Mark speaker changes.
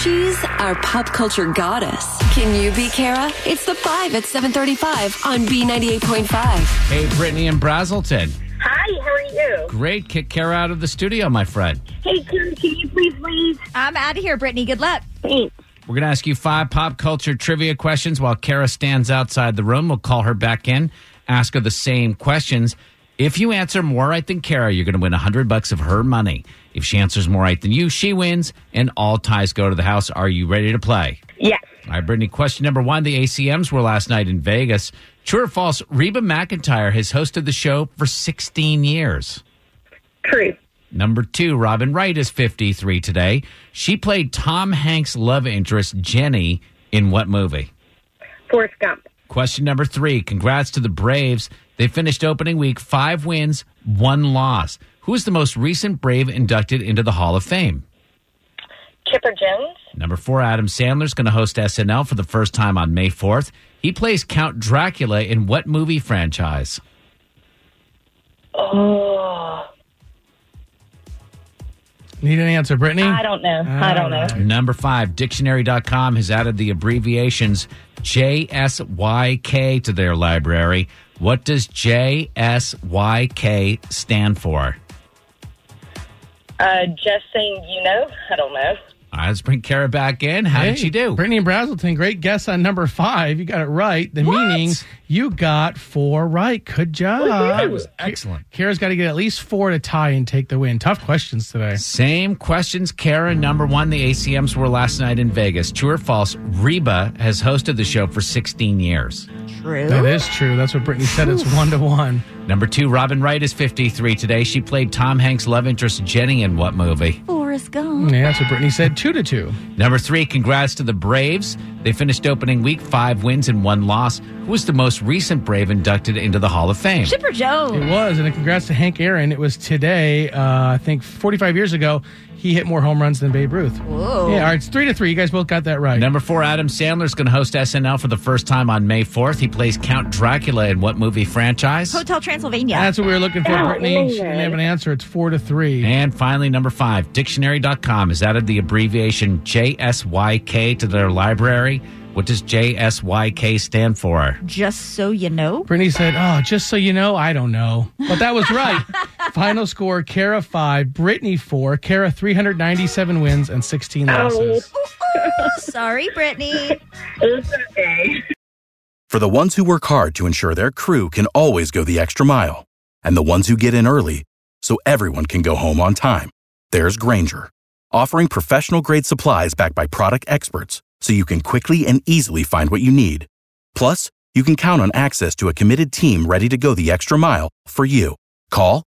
Speaker 1: She's our pop culture goddess. Can you be Kara? It's the five at 735 on B98.5.
Speaker 2: Hey, Brittany and Brazelton.
Speaker 3: Hi, how are you?
Speaker 2: Great. Kick Kara out of the studio, my friend.
Speaker 3: Hey, Kim, can you please leave?
Speaker 4: I'm out of here, Brittany. Good luck.
Speaker 3: Thanks.
Speaker 2: We're going to ask you five pop culture trivia questions while Kara stands outside the room. We'll call her back in, ask her the same questions. If you answer more right than Kara, you're going to win 100 bucks of her money. If she answers more right than you, she wins, and all ties go to the house. Are you ready to play?
Speaker 3: Yes.
Speaker 2: All right, Brittany, question number one. The ACMs were last night in Vegas. True or false, Reba McIntyre has hosted the show for 16 years.
Speaker 3: True.
Speaker 2: Number two, Robin Wright is 53 today. She played Tom Hanks' love interest, Jenny, in what movie?
Speaker 3: Forrest Gump.
Speaker 2: Question number three, congrats to the Braves. They finished opening week five wins, one loss. Who is the most recent Brave inducted into the Hall of Fame?
Speaker 3: Chipper Jones.
Speaker 2: Number four, Adam Sandler's going to host SNL for the first time on May 4th. He plays Count Dracula in what movie franchise?
Speaker 3: Oh,
Speaker 5: Need an answer, Brittany?
Speaker 3: I don't know. I don't know.
Speaker 2: Number five, dictionary.com has added the abbreviations JSYK to their library. What does JSYK stand for?
Speaker 3: Uh, just saying, you know, I don't know.
Speaker 2: All right, let's bring Kara back in. How
Speaker 5: Hey,
Speaker 2: did she do?
Speaker 5: Brittany and Brazelton, great guess on number five. You got it right. The
Speaker 2: What?
Speaker 5: meaning you got four right. Good job.
Speaker 2: That was excellent.
Speaker 5: Kara's got to get at least four to tie and take the win. Tough questions today.
Speaker 2: Same questions, Kara. Number one, the ACMs were last night in Vegas. True or false, Reba has hosted the show for 16 years.
Speaker 5: That is true. That's what Brittany said. It's one to one.
Speaker 2: Number two, Robin Wright is 53 today. She played Tom Hanks' love interest Jenny in what movie?
Speaker 1: Forrest Gump.
Speaker 5: Yeah, that's what Brittany said. Two to two.
Speaker 2: Number three, congrats to the Braves. They finished opening week five wins and one loss. Who was the most recent Brave inducted into the Hall of Fame?
Speaker 4: Chipper Joe.
Speaker 5: It was, and congrats to Hank Aaron. It was today, uh, I think 45 years ago, he hit more home runs than Babe Ruth. Whoa. Yeah, all right, it's three to three. You guys both got that right.
Speaker 2: Number four, Adam Sandler's going to host SNL for the first time on May 4th. He plays Count Dracula in what movie franchise?
Speaker 4: Hotel Transylvania.
Speaker 5: That's what we were looking for,
Speaker 3: Oh,
Speaker 5: Brittany. She didn't
Speaker 3: man.
Speaker 5: have an answer. It's four to three.
Speaker 2: And finally, number five, dictionary.com has added the abbreviation JSYK to their library. What does JSYK stand for?
Speaker 4: Just so you know.
Speaker 5: Brittany said, Oh, just so you know, I don't know. But that was right. Final score Kara 5, Brittany 4, Kara 397 wins and 16 losses.
Speaker 4: Sorry, Brittany.
Speaker 3: It's okay.
Speaker 6: For the ones who work hard to ensure their crew can always go the extra mile, and the ones who get in early so everyone can go home on time, there's Granger, offering professional grade supplies backed by product experts so you can quickly and easily find what you need. Plus, you can count on access to a committed team ready to go the extra mile for you. Call,